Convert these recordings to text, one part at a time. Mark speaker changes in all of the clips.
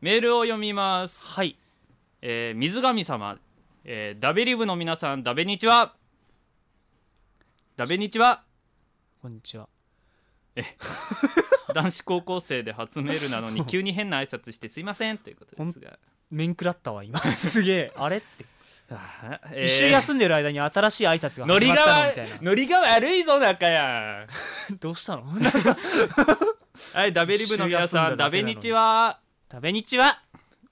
Speaker 1: メールを読みます、
Speaker 2: はい
Speaker 1: えー水神様、えーダベリブの皆さんダベニチはダベニチは
Speaker 2: こんにちは
Speaker 1: 男子高校生で初メールなのに 急に変な挨拶してすいませんということですが、
Speaker 2: 面食らったわ今 すげえあれって、
Speaker 1: あー
Speaker 2: 一周休んでる間に新しい挨拶が
Speaker 1: ノ
Speaker 2: 始
Speaker 1: リ
Speaker 2: まっ
Speaker 1: が
Speaker 2: たのみ
Speaker 1: 悪
Speaker 2: た
Speaker 1: い
Speaker 2: い
Speaker 1: ノリが悪いぞ中や
Speaker 2: な どうしたの
Speaker 1: はいダベリブの皆さん
Speaker 2: 一周休んだだ
Speaker 1: ダ
Speaker 2: け
Speaker 1: ベ
Speaker 2: なのに
Speaker 1: ニチは
Speaker 2: 食べにちは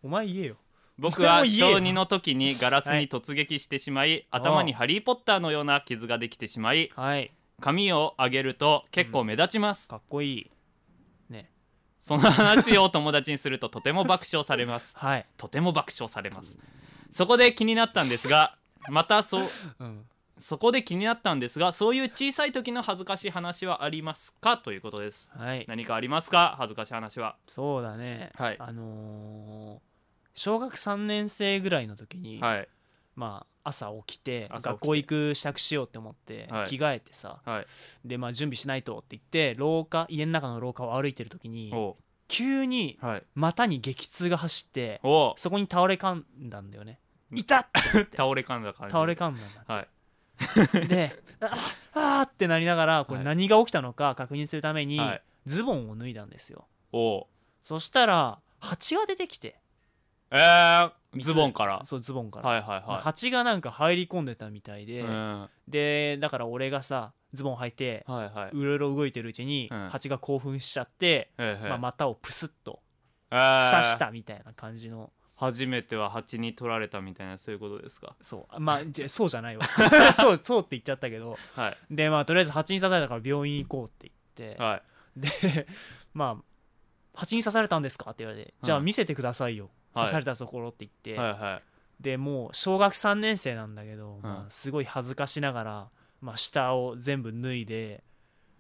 Speaker 2: お前言えよ
Speaker 1: 僕
Speaker 2: でも
Speaker 1: は
Speaker 2: 言えよ
Speaker 1: 小2の時にガラスに突撃してしまい、
Speaker 2: はい
Speaker 1: 頭にハリー・ポッターのような傷ができてしまい
Speaker 2: はい
Speaker 1: 髪を上げると結構目立ちます、
Speaker 2: かっこいい
Speaker 1: その話を友達にするととても爆笑され ます
Speaker 2: はい、
Speaker 1: とても爆笑されますそこで気になったんですがまたそ
Speaker 2: うん、
Speaker 1: そこで気になったんですがそういう小さい時の恥ずかしい話はありますかということです
Speaker 2: はい
Speaker 1: 何かありますか恥ずかしい話は
Speaker 2: そうだね、
Speaker 1: はい
Speaker 2: あのー小学3年生ぐらいの時に、
Speaker 1: はい
Speaker 2: まあ、朝起きて
Speaker 1: 朝起きて
Speaker 2: 学校行く支度しようって思って、
Speaker 1: はい
Speaker 2: 着替えてさ
Speaker 1: はい
Speaker 2: で、まあ、準備しないとって言って廊下家の中の廊下を歩いてる時に
Speaker 1: お
Speaker 2: 急に
Speaker 1: うはい
Speaker 2: 股に激痛が走って
Speaker 1: おう
Speaker 2: そこに倒れかんだんだよね
Speaker 1: うん
Speaker 2: 痛っ
Speaker 1: 倒れかんだ感じ
Speaker 2: 倒れかんだんだ
Speaker 1: はい
Speaker 2: でああーってなりながらこれ
Speaker 1: はい
Speaker 2: 何が起きたのか確認するために、
Speaker 1: はい
Speaker 2: ズボンを脱いだんですよ
Speaker 1: おう
Speaker 2: そしたら蜂が出てきて
Speaker 1: えー、ズボンから
Speaker 2: そうズボンから、
Speaker 1: はいはい
Speaker 2: まあ
Speaker 1: は
Speaker 2: 蜂がなんか入り込んでたみたい
Speaker 1: い、
Speaker 2: で、
Speaker 1: うんはい
Speaker 2: でだから俺がさズボン履いて
Speaker 1: はい、
Speaker 2: うろいろ動いてるうちに、
Speaker 1: うん
Speaker 2: 蜂が興奮しちゃって、
Speaker 1: ええ
Speaker 2: まあ、股をプスッと
Speaker 1: ええ
Speaker 2: 刺したみたいな感じの、
Speaker 1: 初めては蜂に取られたみたいなそういうことですか
Speaker 2: そうまあじゃそうじゃない わそうそうって言っちゃったけど
Speaker 1: はい
Speaker 2: でまあとりあえず蜂に刺されたから病院行こうって言って、
Speaker 1: はい
Speaker 2: で まあ蜂に刺されたんですかって言われて、じゃあ見せてくださいよ
Speaker 1: はい
Speaker 2: 刺されたところって言って、
Speaker 1: はいはい
Speaker 2: でもう小学3年生なんだけど、まあ、すごい恥ずかしながら、まあ、下を全部脱いで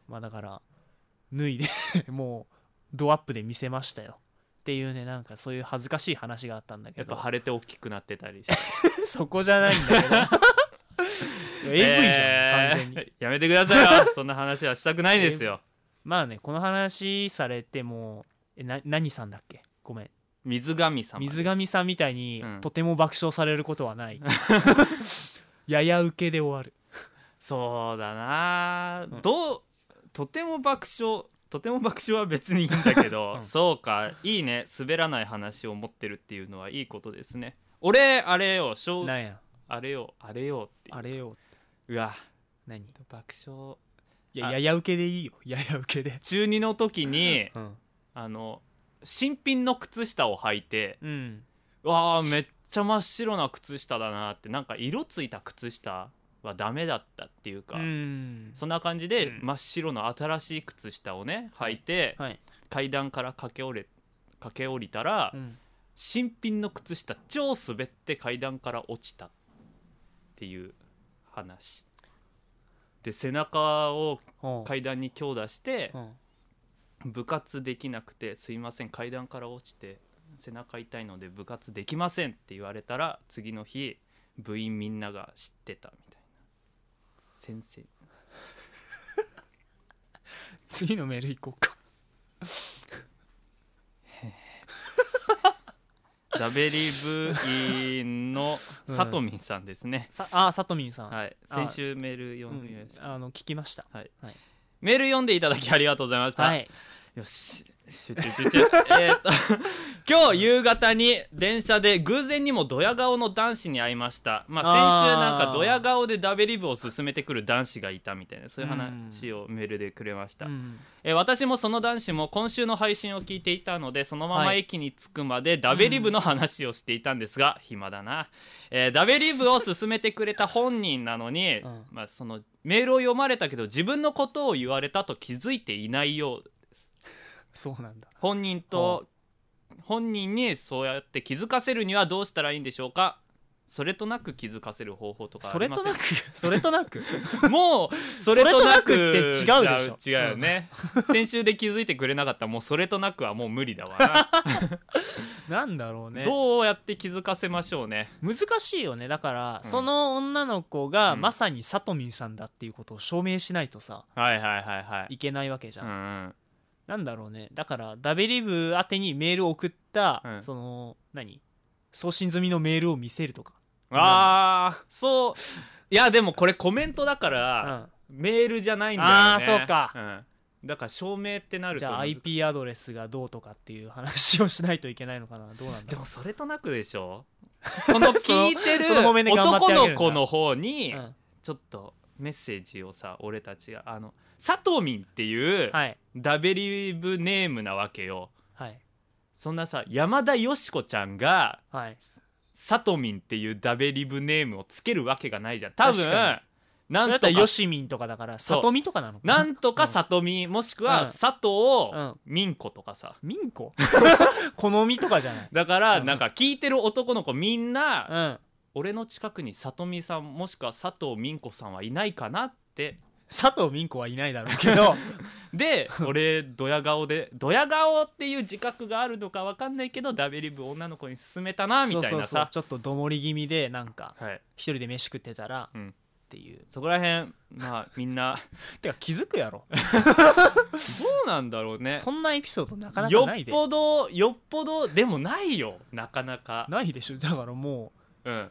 Speaker 2: まあだから脱いで もうドアップで見せましたよっていうねなんかそういう恥ずかしい話があったんだけ
Speaker 1: やっぱ
Speaker 2: ど
Speaker 1: 腫れて大きくなってたりして
Speaker 2: そこじゃないんだけど それ AV じゃん、
Speaker 1: えー
Speaker 2: 完全に
Speaker 1: やめてくださ いよそんな話はしたくないですよ
Speaker 2: まあねこの話されてもえな何さんだっけごめん
Speaker 1: 水神様です
Speaker 2: 水上さんみたいに、
Speaker 1: うん
Speaker 2: とても爆笑されることはない やや受けで終わる
Speaker 1: そうだな、どうとても爆笑とても爆笑は別にいいんだけど、
Speaker 2: うん
Speaker 1: そうかいいね滑らない話を持ってるっていうのはいいことですね俺あれよ小
Speaker 2: なんや
Speaker 1: あれよあれよって
Speaker 2: あれよ
Speaker 1: うわ
Speaker 2: 何
Speaker 1: 爆笑
Speaker 2: いや
Speaker 1: あ
Speaker 2: やや受けでいいよ やや受けで
Speaker 1: 中2の時に
Speaker 2: うん、
Speaker 1: あの新品の靴下を履いて
Speaker 2: うん、
Speaker 1: うわあめっちゃ真っ白な靴下だなってなんか色ついた靴下はダメだったっていうか、そんな感じで
Speaker 2: うん
Speaker 1: 真っ白の新しい靴下をね履いて、
Speaker 2: はい、
Speaker 1: 階段から駆け下り駆け下りたら、
Speaker 2: うん、
Speaker 1: 新品の靴下超滑って階段から落ちたっていう話で背中を
Speaker 2: ほう
Speaker 1: 階段に強打して、
Speaker 2: うん
Speaker 1: 部活できなくて「すいません階段から落ちて背中痛いので部活できません」って言われたら次の日部員みんなが知ってたみたいな先生
Speaker 2: 次のメール行こうか
Speaker 1: ダベリ部員のさとみんさん ですね、
Speaker 2: さあさとみんさん、
Speaker 1: はい
Speaker 2: あ
Speaker 1: 先週メール
Speaker 2: う
Speaker 1: 読みま
Speaker 2: ん
Speaker 1: し、た、
Speaker 2: あの聞きました
Speaker 1: メール読んでいただきありがとうございました、
Speaker 2: はい
Speaker 1: よし集中集中えーっと 今日夕方に電車で偶然にもドヤ顔の男子に会いましたまあ先週なん
Speaker 2: あ
Speaker 1: か
Speaker 2: ー
Speaker 1: ドヤ顔でダベリブを進めてくる男子がいたみたいなそういう話をメールでくれました、
Speaker 2: うん
Speaker 1: えー私もその男子も今週の配信を聞いていたのでそのまま
Speaker 2: はい
Speaker 1: 駅に着くまでダベリブの話をしていたんですが、暇だな、えーダベリブを勧めてくれた本人なのに、
Speaker 2: うん
Speaker 1: まあ、そのメールを読まれたけど自分のことを言われたと気づいていないよう
Speaker 2: そうなんだ
Speaker 1: 本人と本人にそうやって気づかせるにはどうしたらいいんでしょうかそれとなく気づかせる方法とかあ
Speaker 2: そ
Speaker 1: り
Speaker 2: れ
Speaker 1: ませ
Speaker 2: と
Speaker 1: ん
Speaker 2: なくそれとなく
Speaker 1: くもう それとなく
Speaker 2: それとなくって違うでしょ
Speaker 1: 違う違うよね、先週で気づいてくれなかったもうそれとなくはもう無理だわ
Speaker 2: なんだろう
Speaker 1: な、
Speaker 2: ね
Speaker 1: どうやって気づかせましょうね
Speaker 2: 難しいよねだから、
Speaker 1: うん
Speaker 2: その女の子が
Speaker 1: うん
Speaker 2: まさにさとみんさんだっていうことを証明しないとさ
Speaker 1: はいはいはいはい
Speaker 2: けないわけじゃ、
Speaker 1: うんんうん
Speaker 2: なんだろうねだからダベリブ宛てにメールを送った、
Speaker 1: うん
Speaker 2: その何送信済みのメールを見せるとか、
Speaker 1: ああそういやでもこれコメントだか
Speaker 2: う
Speaker 1: ら、
Speaker 2: ん、
Speaker 1: メールじゃないんだよね
Speaker 2: あーそうか
Speaker 1: うん、だから証明ってなると
Speaker 2: じゃあ
Speaker 1: 難しい
Speaker 2: IP アドレスがどうとかっていう話をしないといけないのかなどうなんだ
Speaker 1: で
Speaker 2: ろ
Speaker 1: もそれとなくでし ょこの聞いてる
Speaker 2: そのその場面で頑張って
Speaker 1: 男
Speaker 2: あげるんだ
Speaker 1: の子の方
Speaker 2: う、
Speaker 1: に
Speaker 2: うん
Speaker 1: ちょっとメッセージをさ俺たちがあのサトミンっていう
Speaker 2: はい
Speaker 1: ダベリブネームなわけよ
Speaker 2: はい
Speaker 1: そんなさ山田よし子ちゃんが
Speaker 2: はい
Speaker 1: サトミンっていうダベリブネームをつけるわけがないじゃん多分
Speaker 2: 確か
Speaker 1: な
Speaker 2: それだ
Speaker 1: ん
Speaker 2: った
Speaker 1: と
Speaker 2: ら
Speaker 1: か
Speaker 2: よしみんとかだから
Speaker 1: そう
Speaker 2: さとみとかなのか
Speaker 1: な
Speaker 2: なん
Speaker 1: とかサトミンもしくは佐藤
Speaker 2: うん
Speaker 1: 民子とかさ
Speaker 2: みん こ好みとかじゃない
Speaker 1: だから
Speaker 2: うん
Speaker 1: なんか聞いてる男の子みんな
Speaker 2: うん
Speaker 1: 俺の近くに里美さんもしくは佐藤民子さんはいないかなって
Speaker 2: 佐藤みんこはいないだろうけど
Speaker 1: で俺ドヤ顔でドヤ顔っていう自覚があるのかわかんないけどダベリブ女の子に勧めたなみ
Speaker 2: そう
Speaker 1: たい
Speaker 2: そう
Speaker 1: な
Speaker 2: そう
Speaker 1: さ
Speaker 2: ちょっとどもり気味でなんか
Speaker 1: はい、
Speaker 2: 一人で飯食ってたら
Speaker 1: うん
Speaker 2: っていう、
Speaker 1: そこら辺まあみんな
Speaker 2: てか気づくやろ、
Speaker 1: どうなんだろうね
Speaker 2: そんなエピソードなかなか
Speaker 1: よ
Speaker 2: ない
Speaker 1: っ
Speaker 2: で
Speaker 1: ぽどよっぽどでもないよなかなか、
Speaker 2: ないでしょだからも
Speaker 1: うん、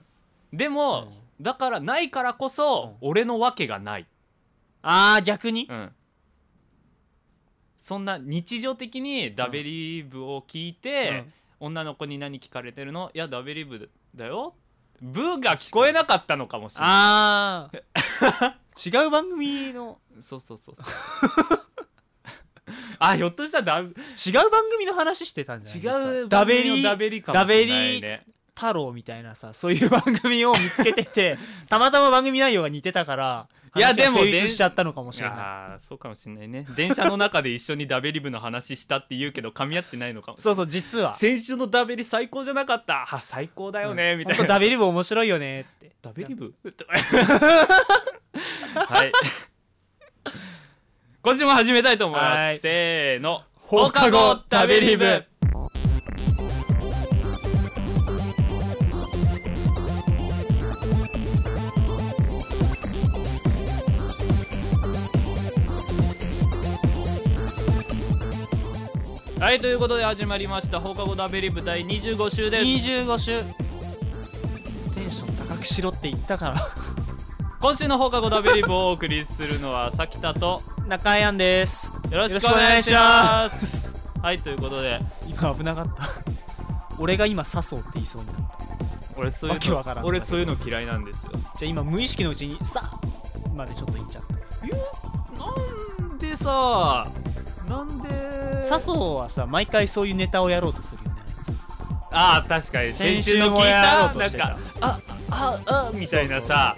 Speaker 1: で
Speaker 2: う、
Speaker 1: も、だからないからこそ、俺のわけがない、
Speaker 2: ああ逆に、
Speaker 1: うん、そんな日常的にダベリブを聞いて、女の子に何聞かれてるのいやダベリブだよブーが聞こえなかったのかもしれな
Speaker 2: ああ違う番組の
Speaker 1: いそうそうそうそう あひょっとしたらダ違
Speaker 2: 違う番組の話してたんじゃない実は
Speaker 1: う
Speaker 2: ダベリ
Speaker 1: ダ
Speaker 2: ー
Speaker 1: ベリかもしれない
Speaker 2: ダベ
Speaker 1: ね
Speaker 2: 太郎みたいなさそういう番組を見つけてて たまたま番組内容が似てたから
Speaker 1: いや
Speaker 2: 話が
Speaker 1: でも
Speaker 2: 成立しちゃったのかもしれない
Speaker 1: あーそうかもしれないね電車の中で一緒にダベリブの話したって言うけど噛み合ってないのかも
Speaker 2: そうそう実は
Speaker 1: 先週のダベリ最高じゃなかったあ最高だよね、みたい
Speaker 2: ほんと
Speaker 1: な
Speaker 2: ダベリブ面白いよねって
Speaker 1: ダベリブ はい今週も始めたいと思い
Speaker 2: は
Speaker 1: ま
Speaker 2: い
Speaker 1: すせーの
Speaker 2: 放課後ダベリブ
Speaker 1: はいということで始まりました放課後ダベリブ第25週です
Speaker 2: 25週テンション高くしろって言ったか
Speaker 1: 今週の放課後ダベリブをお送りするのはさきたと
Speaker 2: ら 中井んです
Speaker 1: よろし
Speaker 2: よ
Speaker 1: く
Speaker 2: ろし
Speaker 1: お
Speaker 2: くお
Speaker 1: 願
Speaker 2: 願
Speaker 1: い
Speaker 2: い
Speaker 1: し
Speaker 2: し
Speaker 1: ま
Speaker 2: ます
Speaker 1: はいということで
Speaker 2: 今危なかった俺が今笹生って言いそうになった
Speaker 1: 俺そういう
Speaker 2: わけわからん
Speaker 1: の俺そういうの嫌いなんですよ
Speaker 2: じゃあ今無意識のうちに「さ」までちょっと言っちゃった
Speaker 1: なんでさなんで
Speaker 2: 笹生はさ毎回そういうネタをやろうとするよね
Speaker 1: ああ確かに先週の聞
Speaker 2: も
Speaker 1: い
Speaker 2: や
Speaker 1: た
Speaker 2: ろうと
Speaker 1: なん
Speaker 2: してた
Speaker 1: かあああみたいなさ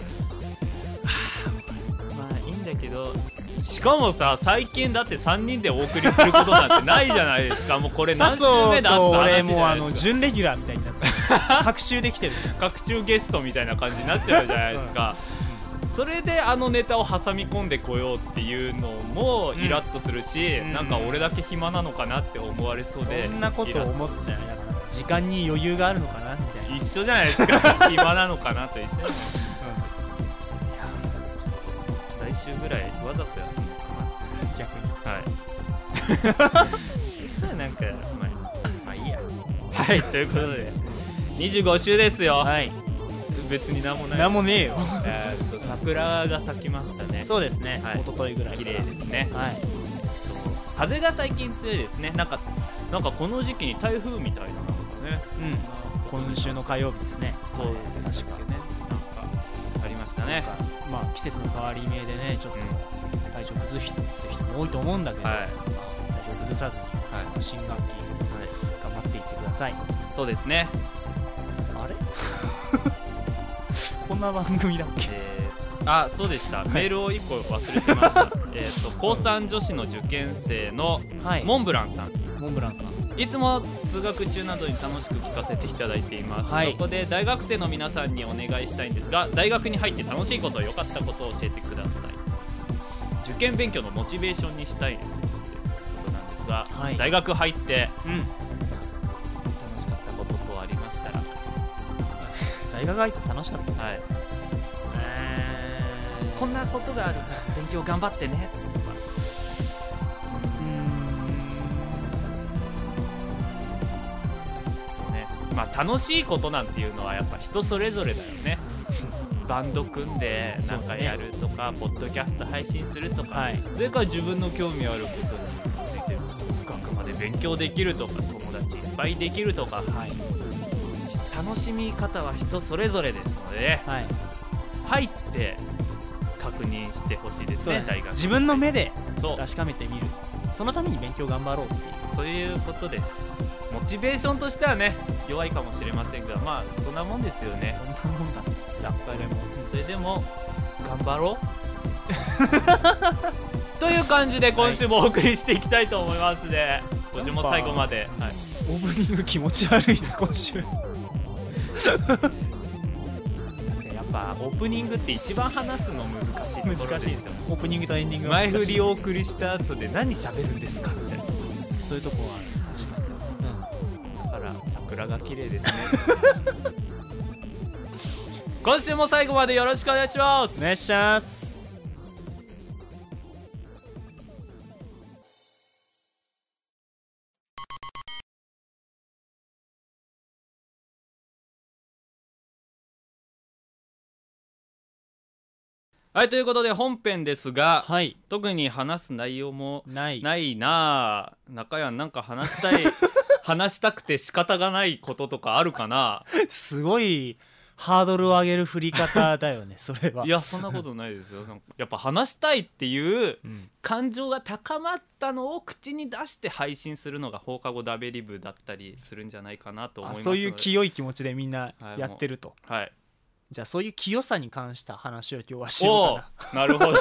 Speaker 1: まあいいんだけどしかもさ最近だって3人でお送りすることなんてないじゃないですかもうこれ何
Speaker 2: 笹
Speaker 1: 週目
Speaker 2: 生
Speaker 1: だって
Speaker 2: と
Speaker 1: 話じ
Speaker 2: 俺
Speaker 1: ゃ
Speaker 2: もうあ
Speaker 1: ないで
Speaker 2: の
Speaker 1: すか
Speaker 2: 準レギュラーみたいになった学習できてる
Speaker 1: 各中ゲストみたいな感じになっちゃうじゃないですか、それであのネタを挟み込んでこようっていうのもイラッとするし、
Speaker 2: うん
Speaker 1: なんか俺だけ暇なのかなって思われそうで
Speaker 2: そんなこと
Speaker 1: イラッ
Speaker 2: 思ってないだから時間に余裕があるのかなみたいな、
Speaker 1: 一緒じゃないです か暇なのかなと一緒じゃない来週ぐらいわざと休むのか
Speaker 2: うん逆に
Speaker 1: なはいそしたらなんかまあまあいいやはいということで25週ですよ、
Speaker 2: はい
Speaker 1: 別になんもない
Speaker 2: 何もねえよ
Speaker 1: えーっと桜が咲きましたね
Speaker 2: そうですね、
Speaker 1: はい
Speaker 2: 一昨日ぐらい
Speaker 1: 綺
Speaker 2: から
Speaker 1: 麗ですね
Speaker 2: はい
Speaker 1: 風が最近強いですねなんかなんかこの時期に台風みたいなのがね
Speaker 2: うん今週の火曜日ですね
Speaker 1: そう
Speaker 2: はい確か
Speaker 1: ねなんかありましたね
Speaker 2: まあ季節の変わり目でねちょっ
Speaker 1: う
Speaker 2: と体調崩す人人も多いと思うんだけど、
Speaker 1: んはいはい
Speaker 2: まあ体調崩さずに新学期頑張っていってください
Speaker 1: そうです ね
Speaker 2: あれ こんな番組だっけ
Speaker 1: えーあそうでした、メールを1個忘れてました えーと高3女子の受験生の
Speaker 2: はいモ
Speaker 1: モンブランさん
Speaker 2: ンブランさん
Speaker 1: いつも通学中などに楽しく聞かせていただいています、
Speaker 2: はい
Speaker 1: そこで大学生の皆さんにお願いしたいんですが大学に入って楽しいこと良かったことを教えてください受験勉強のモチベーションにしたいですってことなんですが、
Speaker 2: はい
Speaker 1: 大学入って
Speaker 2: うん
Speaker 1: 楽しかったこととありましたら
Speaker 2: 大学入って楽しかったね
Speaker 1: はいこんなことがあるから勉強頑張ってね
Speaker 2: うーん
Speaker 1: まあ楽しいことなんていうのはやっぱ人それぞれだよねバンド組んでなんかやるとか、ポッドキャスト配信するとか、
Speaker 2: はい
Speaker 1: それから自分の興味あることについて深くまで勉強できるとか友達いっぱいできるとか、
Speaker 2: はい
Speaker 1: 楽しみ方は人それぞれですので
Speaker 2: はい
Speaker 1: 入って確認してほしいです
Speaker 2: そうだ
Speaker 1: ね
Speaker 2: ね
Speaker 1: 大学
Speaker 2: 自分の目で
Speaker 1: そう
Speaker 2: 確かめてみるそのために勉強頑張ろうっていう
Speaker 1: そういうことですモチベーションとしてはね弱いかもしれませんがまあそんなもんですよね
Speaker 2: そんなもんだ
Speaker 1: やっぱりもそれでも頑張ろ うという感じで今週もお送りしていきたいと思いますね、今週も最後まで、はい
Speaker 2: オープニング気持ち悪いな今週
Speaker 1: やっぱオープニングって一番話すの難しいところ
Speaker 2: 難
Speaker 1: です
Speaker 2: しい
Speaker 1: よ
Speaker 2: ですよオープニングとエンディングは
Speaker 1: 前
Speaker 2: 難しい
Speaker 1: 振りをお送りした後で何喋るんですかみたいな
Speaker 2: そういうとこはあります
Speaker 1: だ
Speaker 2: よ、
Speaker 1: から桜が綺麗 ですね今週も最後までよろしくお願いします
Speaker 2: お願いします
Speaker 1: はいということで本編ですが、
Speaker 2: はい
Speaker 1: 特に話す内容も
Speaker 2: ない
Speaker 1: ないなあ中山なんか話したい 話したくて仕方がないこととかあるかな
Speaker 2: すごいハードルを上げる振り方だ よねそれはい
Speaker 1: やそんなことないですよなんかやっぱ話したいっていう
Speaker 2: うん
Speaker 1: 感情が高まったのを口に出して配信するのが放課後ダベリブだったりするんじゃないかなと思い
Speaker 2: あ
Speaker 1: ます
Speaker 2: そういう
Speaker 1: ので
Speaker 2: 清い気持ちでみんな
Speaker 1: はい
Speaker 2: やってると、
Speaker 1: はい
Speaker 2: じゃあそういう清さに関した話を今日はし
Speaker 1: お
Speaker 2: よ
Speaker 1: お
Speaker 2: うかな
Speaker 1: ーなる ほど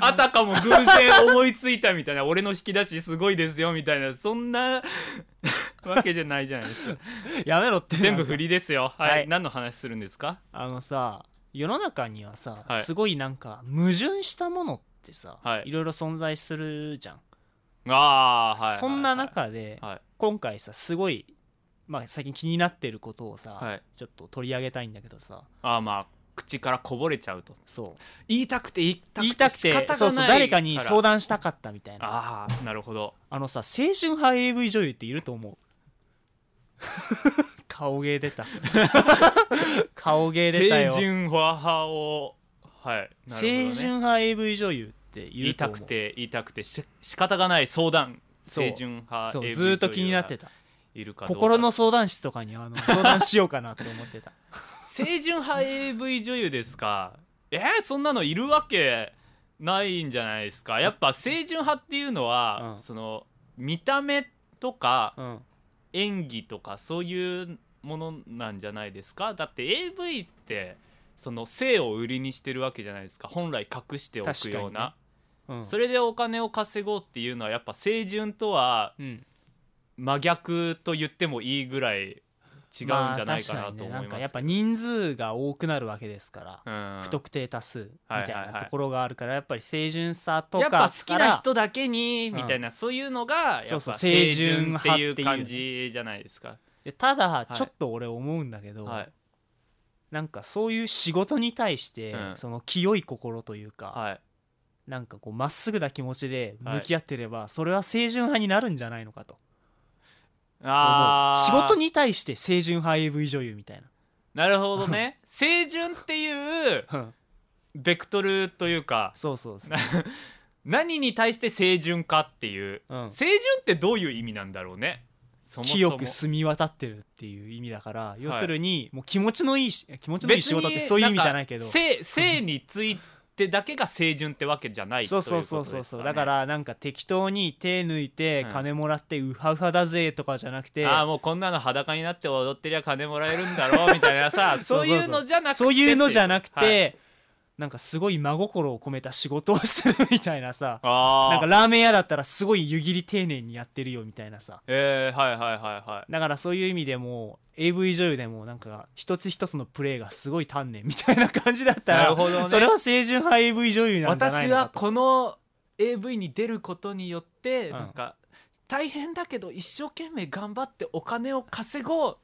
Speaker 1: あたかも偶然思いついたみたいな俺の引き出しすごいですよみたいなそんな わけじゃないじゃないです か
Speaker 2: やめろって
Speaker 1: 全部
Speaker 2: なんか
Speaker 1: 振りですよはい、
Speaker 2: はい
Speaker 1: 何の話するんですか
Speaker 2: あのさ世の中にはさ、
Speaker 1: はい
Speaker 2: すごいなんか矛盾したものってさ、
Speaker 1: はい
Speaker 2: ろいろ存在するじゃん、
Speaker 1: ああはい
Speaker 2: そんな
Speaker 1: はい
Speaker 2: 中で、
Speaker 1: はい
Speaker 2: 今回さすごい、まあ、最近気になってることをさ、
Speaker 1: はい
Speaker 2: ちょっと取り上げたいんだけどさ
Speaker 1: あーまあ口からこぼれちゃうと
Speaker 2: そう
Speaker 1: 言いたくて言いたくて
Speaker 2: 言いたく
Speaker 1: 仕方が
Speaker 2: て
Speaker 1: ない
Speaker 2: そうそう誰かに
Speaker 1: 談
Speaker 2: 相談したかったみたいなあ
Speaker 1: ああなるほど
Speaker 2: のさ青春派 AV 女優っていると思う 顔芸 出た顔芸
Speaker 1: 青
Speaker 2: 出たよ
Speaker 1: 春派をはいなるほどね
Speaker 2: 青春派 AV 女優ってい
Speaker 1: 言い
Speaker 2: ると
Speaker 1: た
Speaker 2: 思う
Speaker 1: くて言いたくてし仕方がない相談
Speaker 2: そう
Speaker 1: 青春派
Speaker 2: そう
Speaker 1: AV
Speaker 2: ずーっと気になってた
Speaker 1: いるかどうか
Speaker 2: 心の相談室とかにあの相談しようかなって思っ てた
Speaker 1: 青春派 AV 女優ですかえーそんなのいるわけないんじゃないですかやっぱ青春派っていうのは、
Speaker 2: うん
Speaker 1: その見た目とか
Speaker 2: うん
Speaker 1: 演技とかそういうものなんじゃないですかだって AV ってその性を売りにしてるわけじゃないですか本来隠しておくような、
Speaker 2: うん
Speaker 1: それでお金を稼ごうっていうのはやっぱ青春とは
Speaker 2: うん
Speaker 1: 真逆と言ってもいいぐらい違うんじゃないかなと思います、
Speaker 2: あ確かにねなんかやっぱ人数が多くなるわけですから、
Speaker 1: うん
Speaker 2: 不特定多数みた
Speaker 1: は
Speaker 2: い
Speaker 1: いはいは
Speaker 2: ないところがあるからやっぱり清純さとか
Speaker 1: やっぱ好きな
Speaker 2: か
Speaker 1: 人だけに
Speaker 2: うん
Speaker 1: みたいな、そういうのがや
Speaker 2: そう
Speaker 1: っ
Speaker 2: そ
Speaker 1: ぱ
Speaker 2: う
Speaker 1: 青春っていう感じじゃないですから
Speaker 2: ただ
Speaker 1: い
Speaker 2: ちょっと俺思うんだけど、
Speaker 1: はい
Speaker 2: なんかそういう仕事に対して、
Speaker 1: うん
Speaker 2: その清い心というか、
Speaker 1: はい
Speaker 2: なんかこうまっすぐな気持ちで
Speaker 1: はい
Speaker 2: 向き合ってれば、それは青春派になるんじゃないのかと
Speaker 1: あー
Speaker 2: 思う仕事に対して清純派 AV 女優みたい
Speaker 1: なるほどね青春っていう
Speaker 2: な、うん
Speaker 1: ベクトルというか
Speaker 2: そうそ うそう
Speaker 1: な何に対して清純かっていう、
Speaker 2: うん
Speaker 1: 青春ってどういう意味なんだろうねそもそも
Speaker 2: 清く澄み渡ってるっていう意味だから要するにもう気持ちのいいし気持ちのいい仕事ってそういう意味じゃないけど
Speaker 1: 別にんか性性についてだけが清純ってわけじゃない
Speaker 2: そうそうそうそうそうだかららなんか適当に手抜いて
Speaker 1: うん
Speaker 2: 金もらってウハウハだぜとかじゃなくて、
Speaker 1: ああもうこんなの裸になって踊ってりゃ金もらえるんだろうみたいな さそういうのじゃなくて
Speaker 2: そういうのじゃなくて、
Speaker 1: はい
Speaker 2: なんかすごい真心を込めた仕事をするみたいなさ
Speaker 1: ああ
Speaker 2: なんかラーメン屋だったらすごい湯切り丁寧にやってるよみたいなさ
Speaker 1: えー、はいはいはいはい
Speaker 2: だからそういう意味でも AV 女優でもなんか一つ一つのプレーがすごい丹念みたいな感じだった
Speaker 1: な
Speaker 2: ら
Speaker 1: るほどね
Speaker 2: それは清純派 AV 女優なんじゃない
Speaker 1: 私
Speaker 2: の
Speaker 1: は
Speaker 2: かと
Speaker 1: この AV に出ることによって、
Speaker 2: うん
Speaker 1: なんか大変だけど一生懸命頑張ってお金を稼ごう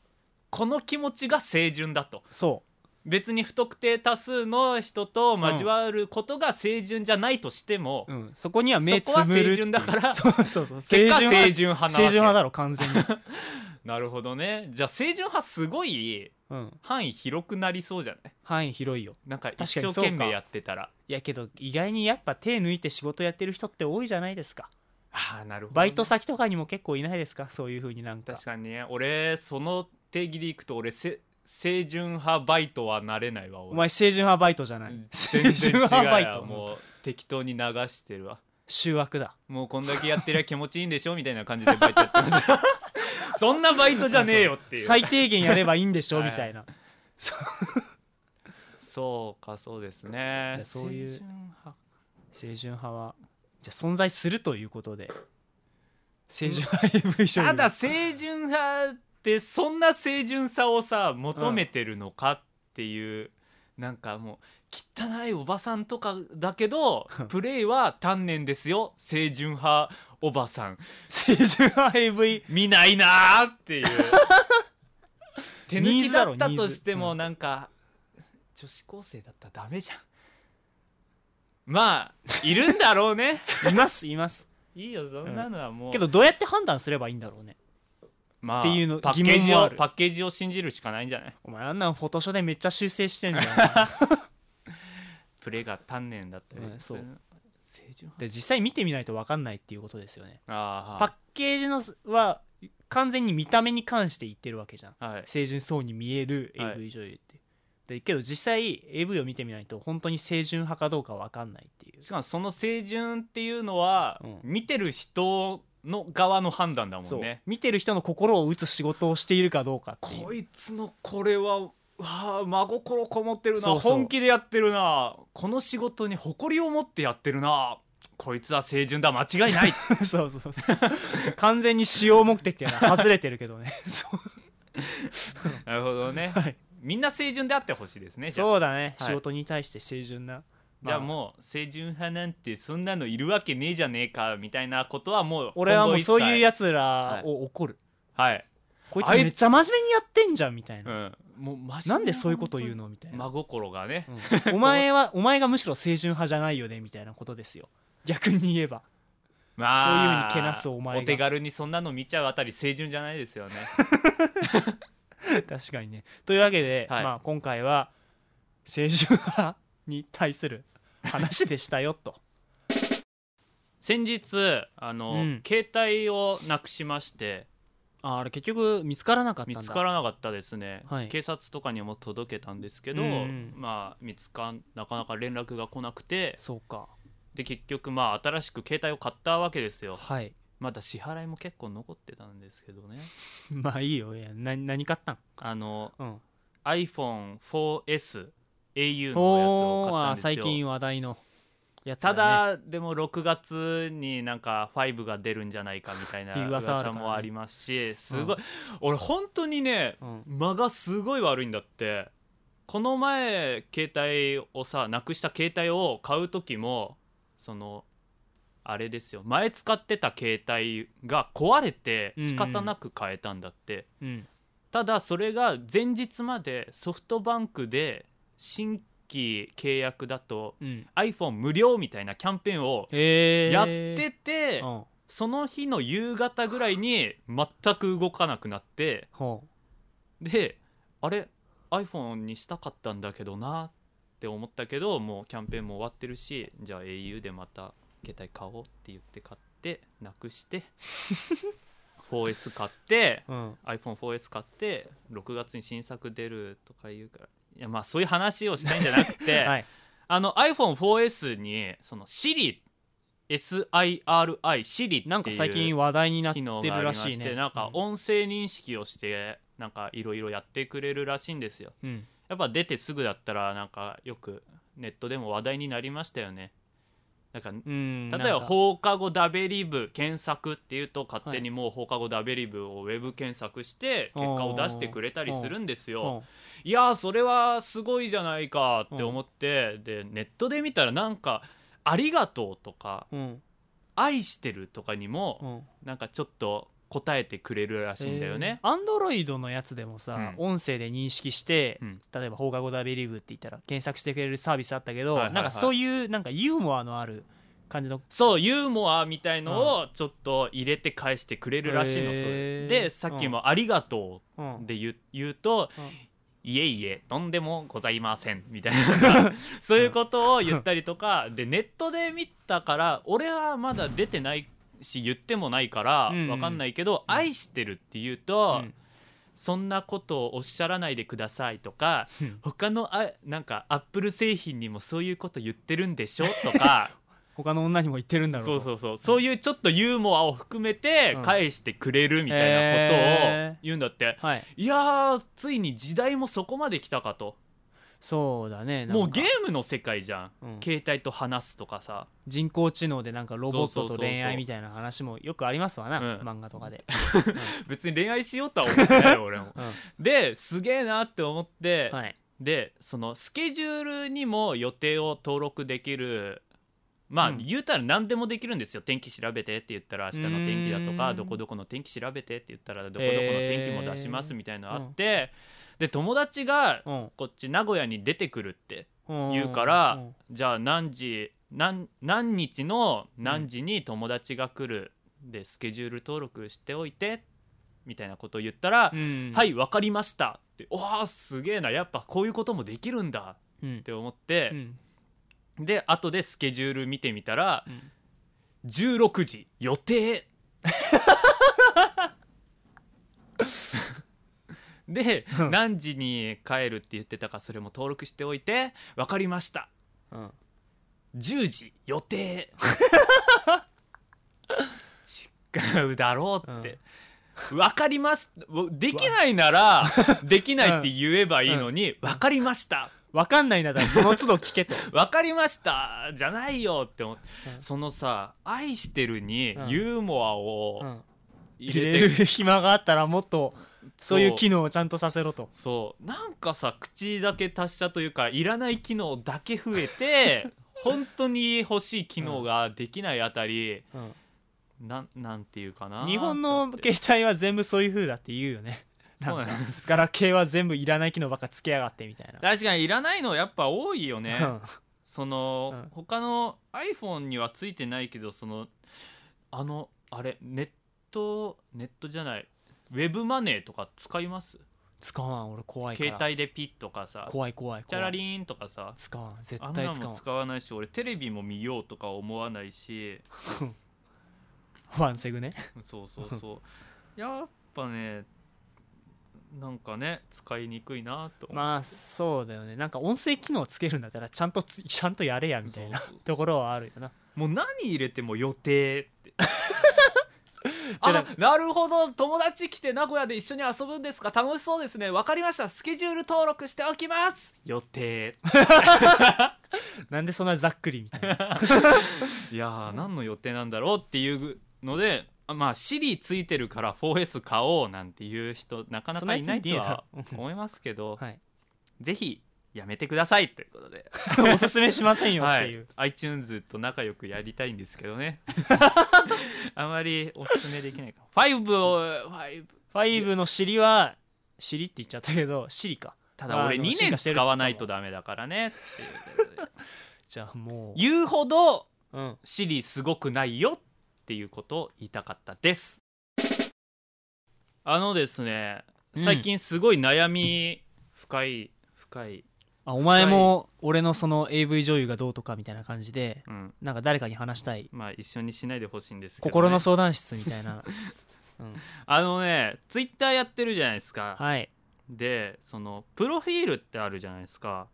Speaker 1: この気持ちが清純だと
Speaker 2: そ
Speaker 1: 別に不特定多数の人と交わることが清純じゃないとしても、
Speaker 2: うん、そこには目
Speaker 1: そ
Speaker 2: つ
Speaker 1: こは
Speaker 2: むるっ
Speaker 1: 清
Speaker 2: ていう
Speaker 1: 純だから
Speaker 2: そうそうそう
Speaker 1: 結果清
Speaker 2: 清
Speaker 1: 純派なわけ
Speaker 2: 純派だろ完全に、
Speaker 1: なるほどねじゃあ清純派すごい
Speaker 2: うん、
Speaker 1: 範囲広くなりそうじゃない
Speaker 2: 範囲広いよ
Speaker 1: なんか
Speaker 2: かに
Speaker 1: 一生懸命やってたら
Speaker 2: いやけど意外にやっぱ手抜いて仕事やってる人って多いじゃないですか
Speaker 1: ああなるほどね、
Speaker 2: バイト先とかにも結構いないですかそういうふうになんか
Speaker 1: 確かにね俺その定義でいくと俺せ清純派バイトはなれないわ俺
Speaker 2: お前清純派バイトじゃない
Speaker 1: 全然違う
Speaker 2: 派
Speaker 1: や
Speaker 2: バイト
Speaker 1: もう適当に流してるわ
Speaker 2: 醜悪だ
Speaker 1: もうこんだけやってりゃ気持ちいいんでしょみたいな感じでバイトやって ますそんなバイトじゃねえよっていう
Speaker 2: 最低限やればいいんでしょ
Speaker 1: はい
Speaker 2: みたいな
Speaker 1: そうかそうです
Speaker 2: い
Speaker 1: ね
Speaker 2: やそうい
Speaker 1: 清
Speaker 2: う
Speaker 1: 純派
Speaker 2: 清純派はじゃあ存在するということで清純派 AV 女優
Speaker 1: ただ清純派ってそんな清純さをさ求めてるのかっていう、なんかもう汚いおばさんとかだけ どプレイは丹念ですよ清純派おばさん
Speaker 2: 清純派 AV
Speaker 1: 見ないなーっていう 手抜
Speaker 2: ニー
Speaker 1: き
Speaker 2: ズ
Speaker 1: だ
Speaker 2: だろ
Speaker 1: ったとして
Speaker 2: ニーズ
Speaker 1: も
Speaker 2: うん
Speaker 1: なんか、女子高生だったらダメじゃんまあいるんだろうね
Speaker 2: いますいます
Speaker 1: いいよそんなのはもう、
Speaker 2: けどどうやって判断すればいいんだろうね
Speaker 1: まあ、
Speaker 2: っていうの
Speaker 1: パッケー
Speaker 2: 疑
Speaker 1: ジ
Speaker 2: 問もあ
Speaker 1: を
Speaker 2: る
Speaker 1: パッケージを信じるしかないんじゃない
Speaker 2: お前あんなんフォトショーでめっちゃ修正してんじゃん
Speaker 1: プレーが丹念だったり、
Speaker 2: うんそう
Speaker 1: 清純 派
Speaker 2: で実際見てみないと分かんないっていうことですよね
Speaker 1: あ
Speaker 2: パッケージのは完全に見た目に関して言ってるわけじゃん
Speaker 1: あはい
Speaker 2: 清純そうに見える
Speaker 1: はい
Speaker 2: AV 女優って、でけど実際 AV を見てみないと本当に清純派かどうか分かんないっていう
Speaker 1: しかもその清純っていうのは、
Speaker 2: うん
Speaker 1: 見てる人の側の判断だも
Speaker 2: そ
Speaker 1: ん
Speaker 2: う
Speaker 1: ね
Speaker 2: 見てる人の心を打つ仕事をしているかどうかっていう
Speaker 1: こいつのこれはうわあ真心こもってるな
Speaker 2: そうそう
Speaker 1: 本気でやってるなこの仕事に誇りを持ってやってるなこいつは清純だ間違い ない
Speaker 2: そうそうそう完全に使用目的やな外れてるけどね そう
Speaker 1: なるほどね、
Speaker 2: はい
Speaker 1: みんな清純であってほしいですねじゃあ
Speaker 2: そうだね、
Speaker 1: はい
Speaker 2: 仕事に対して清純な
Speaker 1: じゃあもう清純派なんてそんなのいるわけねえじゃねえかみたいなことはもう
Speaker 2: 俺はもうそういう
Speaker 1: や
Speaker 2: やつらを怒る、
Speaker 1: はい
Speaker 2: こいつ
Speaker 1: あいつ
Speaker 2: めっちゃ真面目にやってんじゃんみたいな、
Speaker 1: うん、もうマジで
Speaker 2: なんでそういうこと言うのみたいな、
Speaker 1: 真心がね、
Speaker 2: うんお前はお前がむしろ清純派じゃないよねみたいなことですよ逆に言えば
Speaker 1: まあ
Speaker 2: そういうふうにけなすお前が
Speaker 1: お手軽にそんなの見ちゃうあたり清純じゃない ですよね
Speaker 2: 確かにねというわけで、
Speaker 1: はい
Speaker 2: まあ、今回は清純派に対する話でしたよと
Speaker 1: 先日あの、
Speaker 2: うん
Speaker 1: 携帯をなくしまして
Speaker 2: ああれ結局見つからなかったん
Speaker 1: 見
Speaker 2: だ
Speaker 1: つからなかったですね、
Speaker 2: はい
Speaker 1: 警察とかにも届けたんですけど、
Speaker 2: うん
Speaker 1: まあ見つかんなかなか連絡が来なくて
Speaker 2: そうか
Speaker 1: で結局まあ新しく携帯を買ったわけですよ
Speaker 2: はい
Speaker 1: まだ支払いも結構残ってたんですけどね
Speaker 2: まあいいよいやな何買ったん
Speaker 1: あの
Speaker 2: うん
Speaker 1: iPhone4SAU のやつを
Speaker 2: お
Speaker 1: 買ったん
Speaker 2: ー
Speaker 1: ですよ
Speaker 2: 最近話題のやつ
Speaker 1: た
Speaker 2: ね、
Speaker 1: だでも6月になんか5が出るんじゃないかみたいな
Speaker 2: っていう噂あ
Speaker 1: 噂
Speaker 2: るからね
Speaker 1: もありますしすごい俺本当にね
Speaker 2: うん
Speaker 1: 間がすごい悪いんだってこの前携帯をさなくした携帯を買う時もそのあれですよ前使ってた携帯が壊れて仕方なく変えたんだって
Speaker 2: うん
Speaker 1: ただそれが前日までソフトバンクで新規契約だと
Speaker 2: うん
Speaker 1: iPhone 無料みたいなキャンペーンを
Speaker 2: へえ
Speaker 1: やってて、
Speaker 2: うん
Speaker 1: その日の夕方ぐらいに全く動かなくなって
Speaker 2: ほう
Speaker 1: であれ iPhone にしたかったんだけどなって思ったけどもうキャンペーンも終わってるしじゃあ au でまた携帯買おうって言って買ってなくして 4S 買って
Speaker 2: うん
Speaker 1: iPhone4S 買って6月に新作出るとか言うからいやまあそういう話をしたいんじゃなくて、
Speaker 2: はい
Speaker 1: あの iPhone4S にその Siri SIRI Siri
Speaker 2: なんか最
Speaker 1: ってい
Speaker 2: 近
Speaker 1: う
Speaker 2: 話題になって
Speaker 1: 機能
Speaker 2: る
Speaker 1: がありま
Speaker 2: ら
Speaker 1: して
Speaker 2: しいね
Speaker 1: なんか音声認識をしてなんかいろいろやってくれるらしいんですよ
Speaker 2: うんうん
Speaker 1: やっぱ出てすぐだったらなんかよくネットでも話題になりましたよねなんか
Speaker 2: うん
Speaker 1: 例え
Speaker 2: なん
Speaker 1: ば
Speaker 2: か
Speaker 1: 放課後ダベリブ検索っていうと勝手にもう放課後ダベリブをウェブ検索して結果を出してくれたりするんですよ。いやーそれはすごいじゃないかって思ってでネットで見たらなんか「ありがとう」とか
Speaker 2: うんうん
Speaker 1: 「愛してる」とかに
Speaker 2: う
Speaker 1: も
Speaker 2: ん
Speaker 1: なんかちょっと答えてくれるらしいんだよね、
Speaker 2: アンドロイドのやつでもさ、
Speaker 1: う
Speaker 2: 音声で認識して、
Speaker 1: うん
Speaker 2: 例えば放課後だビリーブって言ったら検索してくれるサービスあったけど、
Speaker 1: はいはいはい
Speaker 2: なんかそういうなんかユーモアのある感じの
Speaker 1: そうユーモアみたいのをちょっと入れて返してくれるらしいの、
Speaker 2: へー
Speaker 1: それでさっきも「ありがと
Speaker 2: う
Speaker 1: う」
Speaker 2: ん
Speaker 1: で言う言うと
Speaker 2: うん
Speaker 1: 「いえいえとんでもございません」みたいな そういうことを言ったりとかでネットで見たから俺はまだ出てないし言ってもないから
Speaker 2: うん
Speaker 1: わかんないけど「愛してる」って言うと
Speaker 2: うん
Speaker 1: 「そんなことをおっしゃらないでください」とか
Speaker 2: うん
Speaker 1: 他のあなんかアップル製品にもそういうこと言ってるんでしょと か。
Speaker 2: 他の女にも言ってるんだろう
Speaker 1: そう
Speaker 2: う
Speaker 1: そうそうそういうちょっとユーモアを含めて
Speaker 2: うん
Speaker 1: 返してくれるみたいなことを
Speaker 2: へー
Speaker 1: 言うんだって、
Speaker 2: はい
Speaker 1: いやーついに時代もそこまで来たかと
Speaker 2: そうだねなんか
Speaker 1: もうゲームの世界じゃん、
Speaker 2: うん
Speaker 1: 携帯と話すとかさ
Speaker 2: 人工知能でなんかロボッ
Speaker 1: そう
Speaker 2: ト
Speaker 1: そうそう
Speaker 2: と
Speaker 1: そう
Speaker 2: 恋愛みたいな話もよくありますわな、
Speaker 1: うん
Speaker 2: 漫画とかで、
Speaker 1: 別に恋愛しようとは思って ないよ俺も
Speaker 2: うん
Speaker 1: ですげえなって思って、
Speaker 2: はい
Speaker 1: でそのスケジュールにも予定を登録できるまあ、
Speaker 2: うん
Speaker 1: 言うたら何でもできるんですよ天気調べてって言ったら明日の天気だと
Speaker 2: うー
Speaker 1: か
Speaker 2: ん
Speaker 1: どこどこの天気調べてって言ったらどこどこの天気も出しますみたいなのあって、で友達が
Speaker 2: うん
Speaker 1: こっち名古屋に出てくるって
Speaker 2: うん
Speaker 1: 言うから、
Speaker 2: うん
Speaker 1: じゃあ何時何何日の何時に友達が来る、でスケジュール登録しておいてみたいなことを言ったら「
Speaker 2: うん
Speaker 1: はい、わかりました」って「おーすげえなやっぱこういうこともできるんだ」
Speaker 2: うん
Speaker 1: って思って
Speaker 2: う、ん
Speaker 1: で後でスケジュール見てみたら
Speaker 2: うん
Speaker 1: 16時予 定で
Speaker 2: うん
Speaker 1: 何時に帰るって言ってたかそれも登録しておいて分かりました
Speaker 2: うん
Speaker 1: 10時予定違うだろうって、分かりますできないならできないって言えばいいのに、分かりました
Speaker 2: わかんないならその都度聞けと
Speaker 1: 分かりましたじゃないよって思って、
Speaker 2: うん
Speaker 1: そのさ「愛してる」に
Speaker 2: うん
Speaker 1: ユーモア を
Speaker 2: ん
Speaker 1: 入
Speaker 2: 入
Speaker 1: れて、
Speaker 2: れる暇があったらもっとそういう機能をちゃんとさせろと
Speaker 1: そうなんかさ口だけ達者というかいらない機能だけ増え て本当に欲しい機能ができないあたり、なんなんていうかな
Speaker 2: 日本の
Speaker 1: って
Speaker 2: 携帯は全部そういう風だって言うよね
Speaker 1: そうなん
Speaker 2: な
Speaker 1: で
Speaker 2: んか
Speaker 1: す
Speaker 2: ガラケーは全部いらない機能ばっかつけやがってみたいな
Speaker 1: 確かにいらないのやっぱ多いよね
Speaker 2: うん
Speaker 1: その、
Speaker 2: うん
Speaker 1: 他の iPhone にはついてないけどそのあのあれネットネットじゃないウェブマネーとか使います
Speaker 2: 使わん俺怖いから
Speaker 1: 携帯でピッとかさ
Speaker 2: 怖い怖い怖い
Speaker 1: チャラリーンとかさ
Speaker 2: 使わん絶
Speaker 1: あん
Speaker 2: 対
Speaker 1: なの
Speaker 2: 使
Speaker 1: も
Speaker 2: わん
Speaker 1: 使わないし俺テレビも見ようとか思わないし
Speaker 2: ワンセグね
Speaker 1: そうそうそうやっぱねなんかね使いにくいなと思う
Speaker 2: まあそうだよねなんか音声機能つけるんだったらちゃんとつちゃんとやれやみたいな
Speaker 1: そうそう
Speaker 2: ところはあるよな
Speaker 1: もう何入れても予定って
Speaker 2: ゃあ
Speaker 1: あなるほど友達来て名古屋で一緒に遊ぶんですか楽しそうですねわかりましたスケジュール登録しておきます予定
Speaker 2: なんでそんなざっくりみたいな
Speaker 1: いやー何の予定なんだろうっていうのであまあ Siri ついてるから 4S 買おうなんていう人なかなかいないとは
Speaker 2: そんなやついねえなうん
Speaker 1: 思いますけど、
Speaker 2: はい
Speaker 1: ぜひやめてくださいということ で、
Speaker 2: おすすめしませんよっ
Speaker 1: は
Speaker 2: てい、、
Speaker 1: いう iTunes と仲良くやりたいんですけど ねあまりおすすめできないか5を5
Speaker 2: 5の尻は尻って言っちゃったけど尻か
Speaker 1: ただ俺
Speaker 2: あの
Speaker 1: 2
Speaker 2: 進
Speaker 1: 年
Speaker 2: 化してる
Speaker 1: 使わないとダメだからねっていうことで
Speaker 2: じゃあもう
Speaker 1: 言うほど
Speaker 2: うん、
Speaker 1: シリすごくないよっていうことを言いたかったですあのですね
Speaker 2: うん
Speaker 1: 最近すごい悩み深い深い、
Speaker 2: あお前も俺のその AV 女優がどうとかみたいな感じで
Speaker 1: うん、
Speaker 2: なんか誰かに話したい、
Speaker 1: まあ一緒にしないでほしいんですけど、ね、
Speaker 2: 心の相談室みたい な、うん、
Speaker 1: あのねツイッターやってるじゃないですか、
Speaker 2: はい
Speaker 1: でそのプロフィールってあるじゃないですか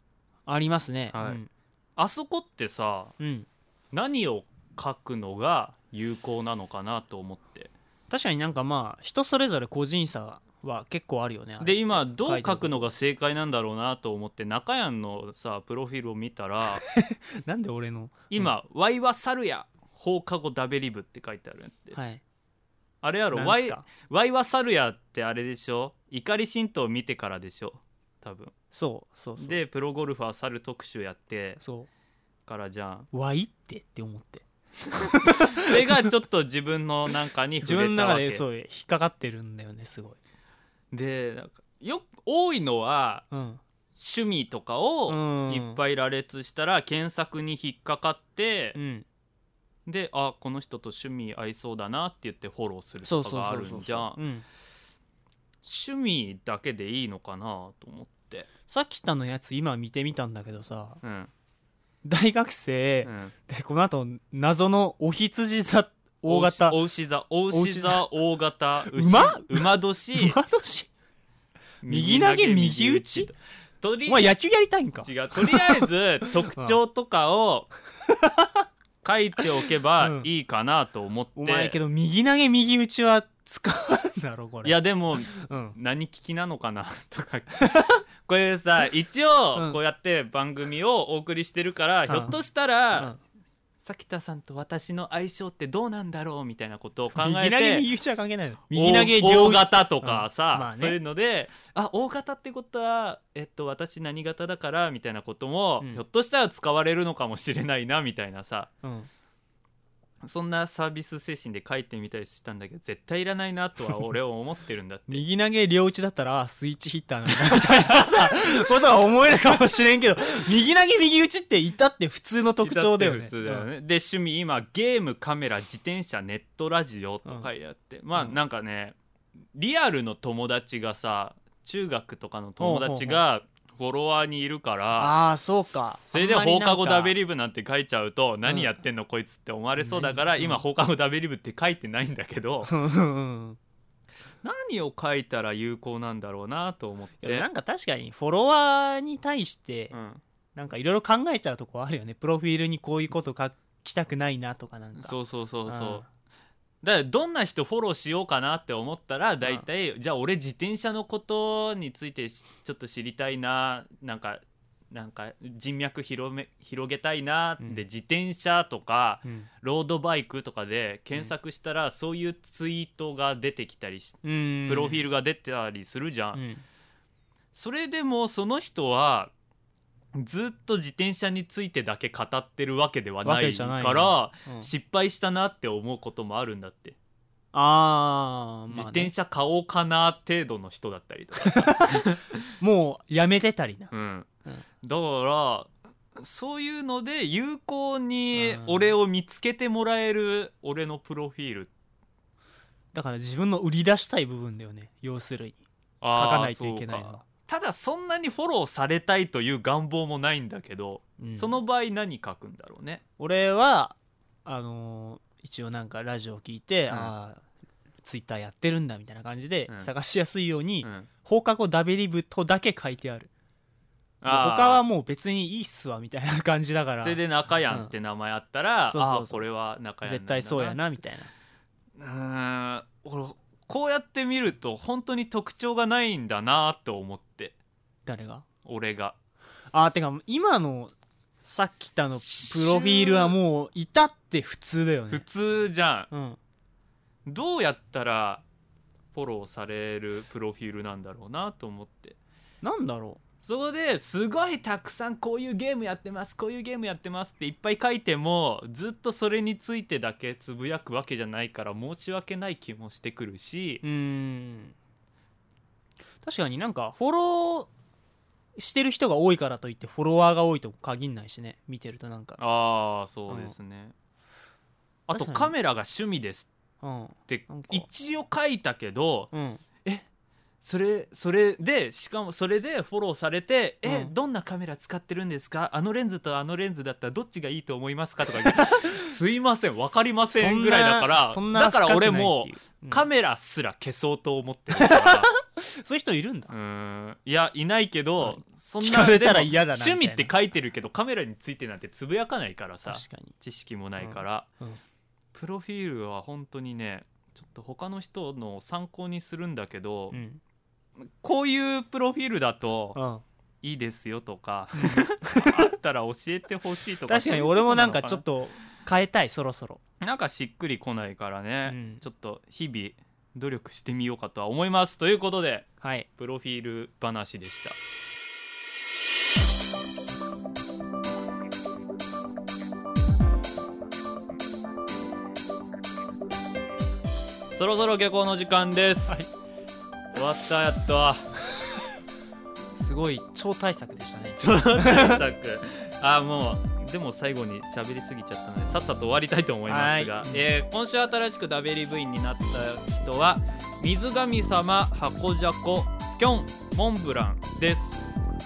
Speaker 2: ありますね、
Speaker 1: はい
Speaker 2: うん
Speaker 1: あそこってさ
Speaker 2: うん
Speaker 1: 何を書くのが有効なのかなと思って
Speaker 2: 確かになんかまあ人それぞれ個人差は結構あるよねあれ
Speaker 1: で今どう書くのが正解なんだろうなと思って中谷のさプロフィールを見た ら
Speaker 2: なんで俺の
Speaker 1: 今「ワイは猿や放課後ダベリブ」って書いてあるんやって、
Speaker 2: はい
Speaker 1: あれやろ
Speaker 2: な
Speaker 1: ワ
Speaker 2: んす
Speaker 1: イ
Speaker 2: か
Speaker 1: 「ワイは猿や」ってあれでしょ怒り神道見てからでしょ多分
Speaker 2: そうそうそう
Speaker 1: でプロゴルファー猿特集やって
Speaker 2: そ
Speaker 1: からじゃん
Speaker 2: う「わいって」って思って
Speaker 1: それがちょっと自分のなんかに
Speaker 2: 自
Speaker 1: 触
Speaker 2: 分
Speaker 1: れ
Speaker 2: の
Speaker 1: たわ
Speaker 2: 中
Speaker 1: け
Speaker 2: でそう引っかかってるんだよねすごい、
Speaker 1: でなんかよ多いのは
Speaker 2: うん、
Speaker 1: 趣味とかをいっ
Speaker 2: い、
Speaker 1: ぱい羅列したら検索に引っかかって
Speaker 2: う、ん、
Speaker 1: であこの人と趣味合いそうだなって言ってフォローする
Speaker 2: そ
Speaker 1: とか
Speaker 2: うそう
Speaker 1: があ
Speaker 2: そう
Speaker 1: る
Speaker 2: そ
Speaker 1: ん
Speaker 2: う
Speaker 1: じゃん
Speaker 2: うん
Speaker 1: 趣味だけでいいのかなと思って
Speaker 2: さっきたのやつ今見てみたんだけどさ
Speaker 1: うん、
Speaker 2: 大学生
Speaker 1: う、ん、
Speaker 2: でこの後謎のお羊座大型
Speaker 1: お牛座お
Speaker 2: 牛座
Speaker 1: 牛座大型牛
Speaker 2: 馬
Speaker 1: 馬年
Speaker 2: 馬年右投げ右打ち
Speaker 1: とり
Speaker 2: お
Speaker 1: あ
Speaker 2: 前野球やりたいんか
Speaker 1: えず違うとりあえず特徴とか を書いておけばいいかなと思って、
Speaker 2: お前けど右投げ右打ちは使わんだろこれ
Speaker 1: いやでも
Speaker 2: うん
Speaker 1: 何聞きなのかなとか これさ一
Speaker 2: う
Speaker 1: 応
Speaker 2: ん
Speaker 1: こうやって番組をお送りしてるから、
Speaker 2: ん
Speaker 1: ひょっとした
Speaker 2: う
Speaker 1: ら
Speaker 2: ん
Speaker 1: 咲田さんと私の相性ってどうなんだろうみたいなことを考え
Speaker 2: 右投げ
Speaker 1: て
Speaker 2: 右打ちは関係ないの
Speaker 1: 右
Speaker 2: 右投げ
Speaker 1: 大
Speaker 2: 両打
Speaker 1: 型とかさ、
Speaker 2: うんまあね
Speaker 1: そういうのであ大型ってことは、えっと、私何型だからみたいなことも、
Speaker 2: うん
Speaker 1: ひょっとしたら使われるのかもしれないなみたいなさ
Speaker 2: うん
Speaker 1: そんなサービス精神で書いてみたりしたんだけど絶対いらないなとは俺は思って るんだって
Speaker 2: 右投げ両打ちだったらあスイッチヒッターなんだみたいなさことは思えるかもしれんけど右投げ右打ちっていたって普通の特徴だよ
Speaker 1: 至
Speaker 2: ね
Speaker 1: って普通だよね、で趣味今ゲームカメラ自転車ネットラジオと書いてあって、まあ
Speaker 2: うん
Speaker 1: なんかねリアルの友達がさ中学とかの友達がフォロワーにいるから
Speaker 2: ああそうか
Speaker 1: それで放課後ダベ
Speaker 2: リ
Speaker 1: リブなんて書いちゃうと何やってんのこいつって思われそうだから
Speaker 2: うん
Speaker 1: 今放課後ダベリブって書いてないんだけど何を書いたら有効なんだろうなと思っ
Speaker 2: いや
Speaker 1: て
Speaker 2: な。んか確かにフォロワーに対して
Speaker 1: うん
Speaker 2: なんかいろいろ考えちゃうとこあるよねプロフィールにこういうこと書きたくないなとかなんか
Speaker 1: そうそうそうそう、
Speaker 2: うん
Speaker 1: だからどんな人フォローしようかなって思ったら大体、じゃあ俺自転車のことについてしちょっと知りたいななんかなんか人脈広め広げたいな
Speaker 2: うん
Speaker 1: で、自転車とか
Speaker 2: うん
Speaker 1: ロードバイクとかで検索したら、そういうツイートが出てきたりし
Speaker 2: うん
Speaker 1: プロフィールが出てたりするじゃん、
Speaker 2: うん
Speaker 1: それでもその人はずっと自転車についてだけ語ってるわけではな
Speaker 2: わけ
Speaker 1: い
Speaker 2: じ
Speaker 1: か
Speaker 2: ゃ
Speaker 1: ら
Speaker 2: ないうん
Speaker 1: 失敗したなって思うこともあるんだって、
Speaker 2: あー
Speaker 1: 自
Speaker 2: まあ
Speaker 1: 転
Speaker 2: ね
Speaker 1: 車買おうかな程度の人だったり とか、
Speaker 2: もうやめてたりな
Speaker 1: うん
Speaker 2: うん
Speaker 1: だからそういうので有効に
Speaker 2: うん
Speaker 1: 俺を見つけてもらえる俺のプロフィール
Speaker 2: だから自分の売り出したい部分だよね要するに書
Speaker 1: あー
Speaker 2: かないといけない
Speaker 1: そう
Speaker 2: の
Speaker 1: かただそんなにフォローされたいという願望もないんだけど、
Speaker 2: うん
Speaker 1: その場合何書くんだろうね
Speaker 2: 俺はあのー一応なんかラジオ聞いて、
Speaker 1: うん
Speaker 2: ああツイッターやってるんだみたいな感じで
Speaker 1: うん
Speaker 2: 探しやすいように、
Speaker 1: うん
Speaker 2: 放課後ダベリブとだけ書いてある
Speaker 1: あー
Speaker 2: 他はもう別にいいっすわみたいな感じだから
Speaker 1: それで中やんって名前あったら、
Speaker 2: うんそうそうそう
Speaker 1: あーこれは中やんなん
Speaker 2: 絶
Speaker 1: だ
Speaker 2: 対そうやなみたいな
Speaker 1: うーん俺こうやって見ると本当に特徴がないんだなと思って
Speaker 2: 誰が
Speaker 1: 俺が
Speaker 2: あーてか今のさっきたのプロフィールはもういたって普通だよ
Speaker 1: 普
Speaker 2: ね
Speaker 1: 通じゃ
Speaker 2: うん
Speaker 1: んどうやったらフォローされるプロフィールなんだろうなと思って
Speaker 2: なんだろ
Speaker 1: そこですごいたくさんこういうゲームやってますこういうゲームやってますっていっぱい書いてもずっとそれについてだけつぶやくわけじゃないから申し訳ない気もしてくるし
Speaker 2: ううーん確かになんかフォローしてる人が多いからといってフォロワーが多いとも限んないしね見てるとなんか
Speaker 1: ああそうですねあと
Speaker 2: 確かに
Speaker 1: カメラが趣味です
Speaker 2: うん
Speaker 1: って
Speaker 2: なんか
Speaker 1: 一応書いたけど
Speaker 2: うん
Speaker 1: それそれでしかもそれでフォローされて「
Speaker 2: うん
Speaker 1: えどんなカメラ使ってるんですかあのレンズとあのレンズだったらどっちがいいと思いますか?」とか言って 「すいません分かりません」ぐらいだから
Speaker 2: そんな
Speaker 1: だから
Speaker 2: 深くな
Speaker 1: 俺
Speaker 2: いっていう
Speaker 1: も
Speaker 2: うん
Speaker 1: カメラすら消そうと思ってるから
Speaker 2: そういう人いるんだ
Speaker 1: うーんいやいないけど、そん
Speaker 2: 聞
Speaker 1: な
Speaker 2: かれたら
Speaker 1: でも
Speaker 2: 嫌だなみたいな
Speaker 1: 趣味って書いてるけどカメラについてなんてつぶやかないからさ
Speaker 2: 確かに
Speaker 1: 知識もないから、
Speaker 2: うんうん
Speaker 1: プロフィールは本当にねちょっと他の人の参考にするんだけど、
Speaker 2: うん
Speaker 1: こういうプロフィールだと
Speaker 2: うん
Speaker 1: いいですよとかあったら教えてほしいとか
Speaker 2: 確かに俺もなんかちょっと変えたいそろそろ
Speaker 1: となんかしっくりこないからね、
Speaker 2: うん
Speaker 1: ちょっと日々努力してみようかとは思いますということで
Speaker 2: はい
Speaker 1: プロフィール話でしたそろそろ下校の時間です、
Speaker 2: はい
Speaker 1: 終わったやっと
Speaker 2: すごい超大作でしたね
Speaker 1: ちょっと大作あーもうでも最後に喋りすぎちゃったのでさっさと終わりたいと思いますが
Speaker 2: はい、
Speaker 1: えー今週新しくダベリ部員になった人は水神様箱じゃこきょんモンブランです、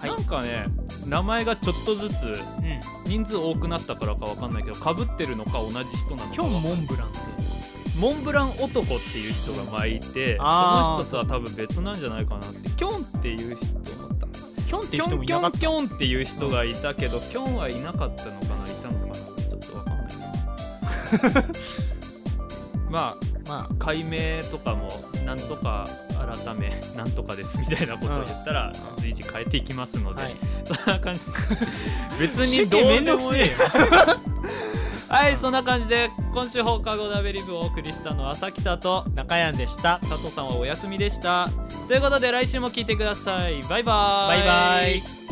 Speaker 2: はい
Speaker 1: なんかね名前がちょっとずつ
Speaker 2: うん
Speaker 1: 人数多くなったからかわかんないけどかぶってるのか同じ人なのか
Speaker 2: 今日モンブランって
Speaker 1: モンブラン男っていう人が前いてそ
Speaker 2: あ
Speaker 1: の
Speaker 2: ー
Speaker 1: 人とは多分別なんじゃないかなってキョンっていう人だった
Speaker 2: キョンって
Speaker 1: キ
Speaker 2: いう人
Speaker 1: ョ
Speaker 2: も
Speaker 1: ン
Speaker 2: い
Speaker 1: キ
Speaker 2: な
Speaker 1: ョン
Speaker 2: かっ
Speaker 1: キョンっていう人がいたけどキョンはいなかったのかないたのかなちょっとわかんないな まあ
Speaker 2: たま
Speaker 1: 解明とかもなんとか改め なんとかですみたいなことを言ったら
Speaker 2: うん
Speaker 1: 随時変えていきますの
Speaker 2: あ
Speaker 1: で、
Speaker 2: はい
Speaker 1: そんな感 じで別
Speaker 2: 主
Speaker 1: にどう
Speaker 2: 権めん
Speaker 1: で
Speaker 2: どく
Speaker 1: も
Speaker 2: せ
Speaker 1: いい
Speaker 2: えよ
Speaker 1: はいそんな感じで今週放課後ダベリブをお送りしたのは朝北と
Speaker 2: 中山でした
Speaker 1: 佐藤さんはお休みでしたということで来週も聞いてくださいバイバーイ
Speaker 2: バイバイ